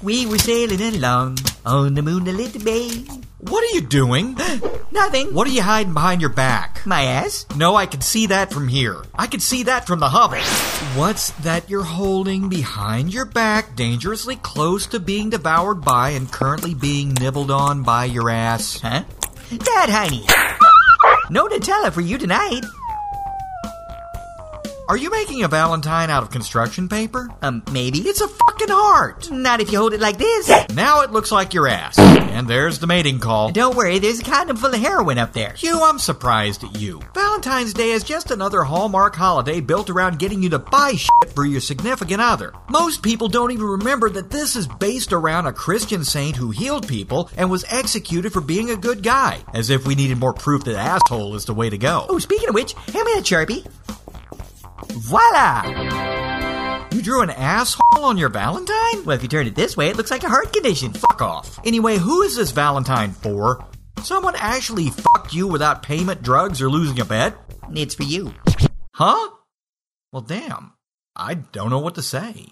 We were sailing along on the moonlit bay. What are you doing? Nothing. What are you hiding behind your back? My ass? No, I can see that from here. I can see that from the hovel. What's that you're holding behind your back, dangerously close to being devoured by and currently being nibbled on by your ass? Huh? Dad, honey. No Nutella for you tonight. Are you making a Valentine out of construction paper? Um, maybe. It's a fucking heart. Not if you hold it like this. Now it looks like your ass. And there's the mating call. Don't worry, there's a condom full of heroin up there. You, I'm surprised at you. Valentine's Day is just another hallmark holiday built around getting you to buy shit for your significant other. Most people don't even remember that this is based around a Christian saint who healed people and was executed for being a good guy. As if we needed more proof that asshole is the way to go. Oh, speaking of which, hand me that Sharpie. Voila! You drew an asshole on your Valentine? Well, if you turn it this way, it looks like a heart condition. Fuck off. Anyway, who is this Valentine for? Someone actually fucked you without payment, drugs, or losing a bet? It's for you. Huh? Well, damn. I don't know what to say.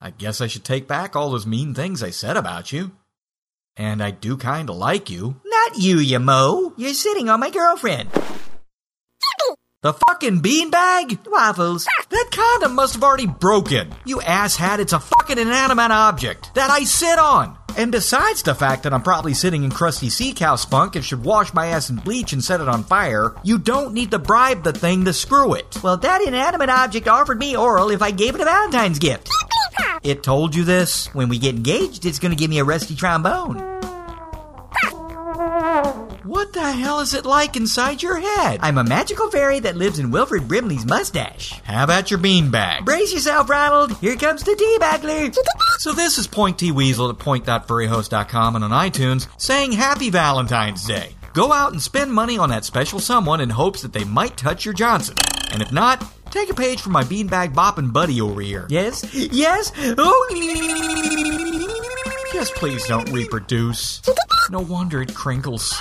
I guess I should take back all those mean things I said about you. And I do kinda like you. Not you, you mo. You're sitting on my girlfriend. The fucking beanbag? Waffles. That condom must have already broken. You asshat, it's a fucking inanimate object that I sit on. And besides the fact that I'm probably sitting in crusty sea cow spunk and should wash my ass in bleach and set it on fire, you don't need to bribe the thing to screw it. Well, that inanimate object offered me oral if I gave it a Valentine's gift. It told you this? When we get engaged, it's gonna give me a rusty trombone. What the hell is it like inside your head? I'm a magical fairy that lives in Wilfred Brimley's mustache. How about your beanbag? Brace yourself, Ronald. Here comes the tea bagler. So this is Point T Weasel at point.furryhost.com and on iTunes saying Happy Valentine's Day. Go out and spend money on that special someone in hopes that they might touch your Johnson. And if not, take a page from my beanbag bopping buddy over here. Yes? Yes? Oh! Just please don't reproduce. No wonder it crinkles.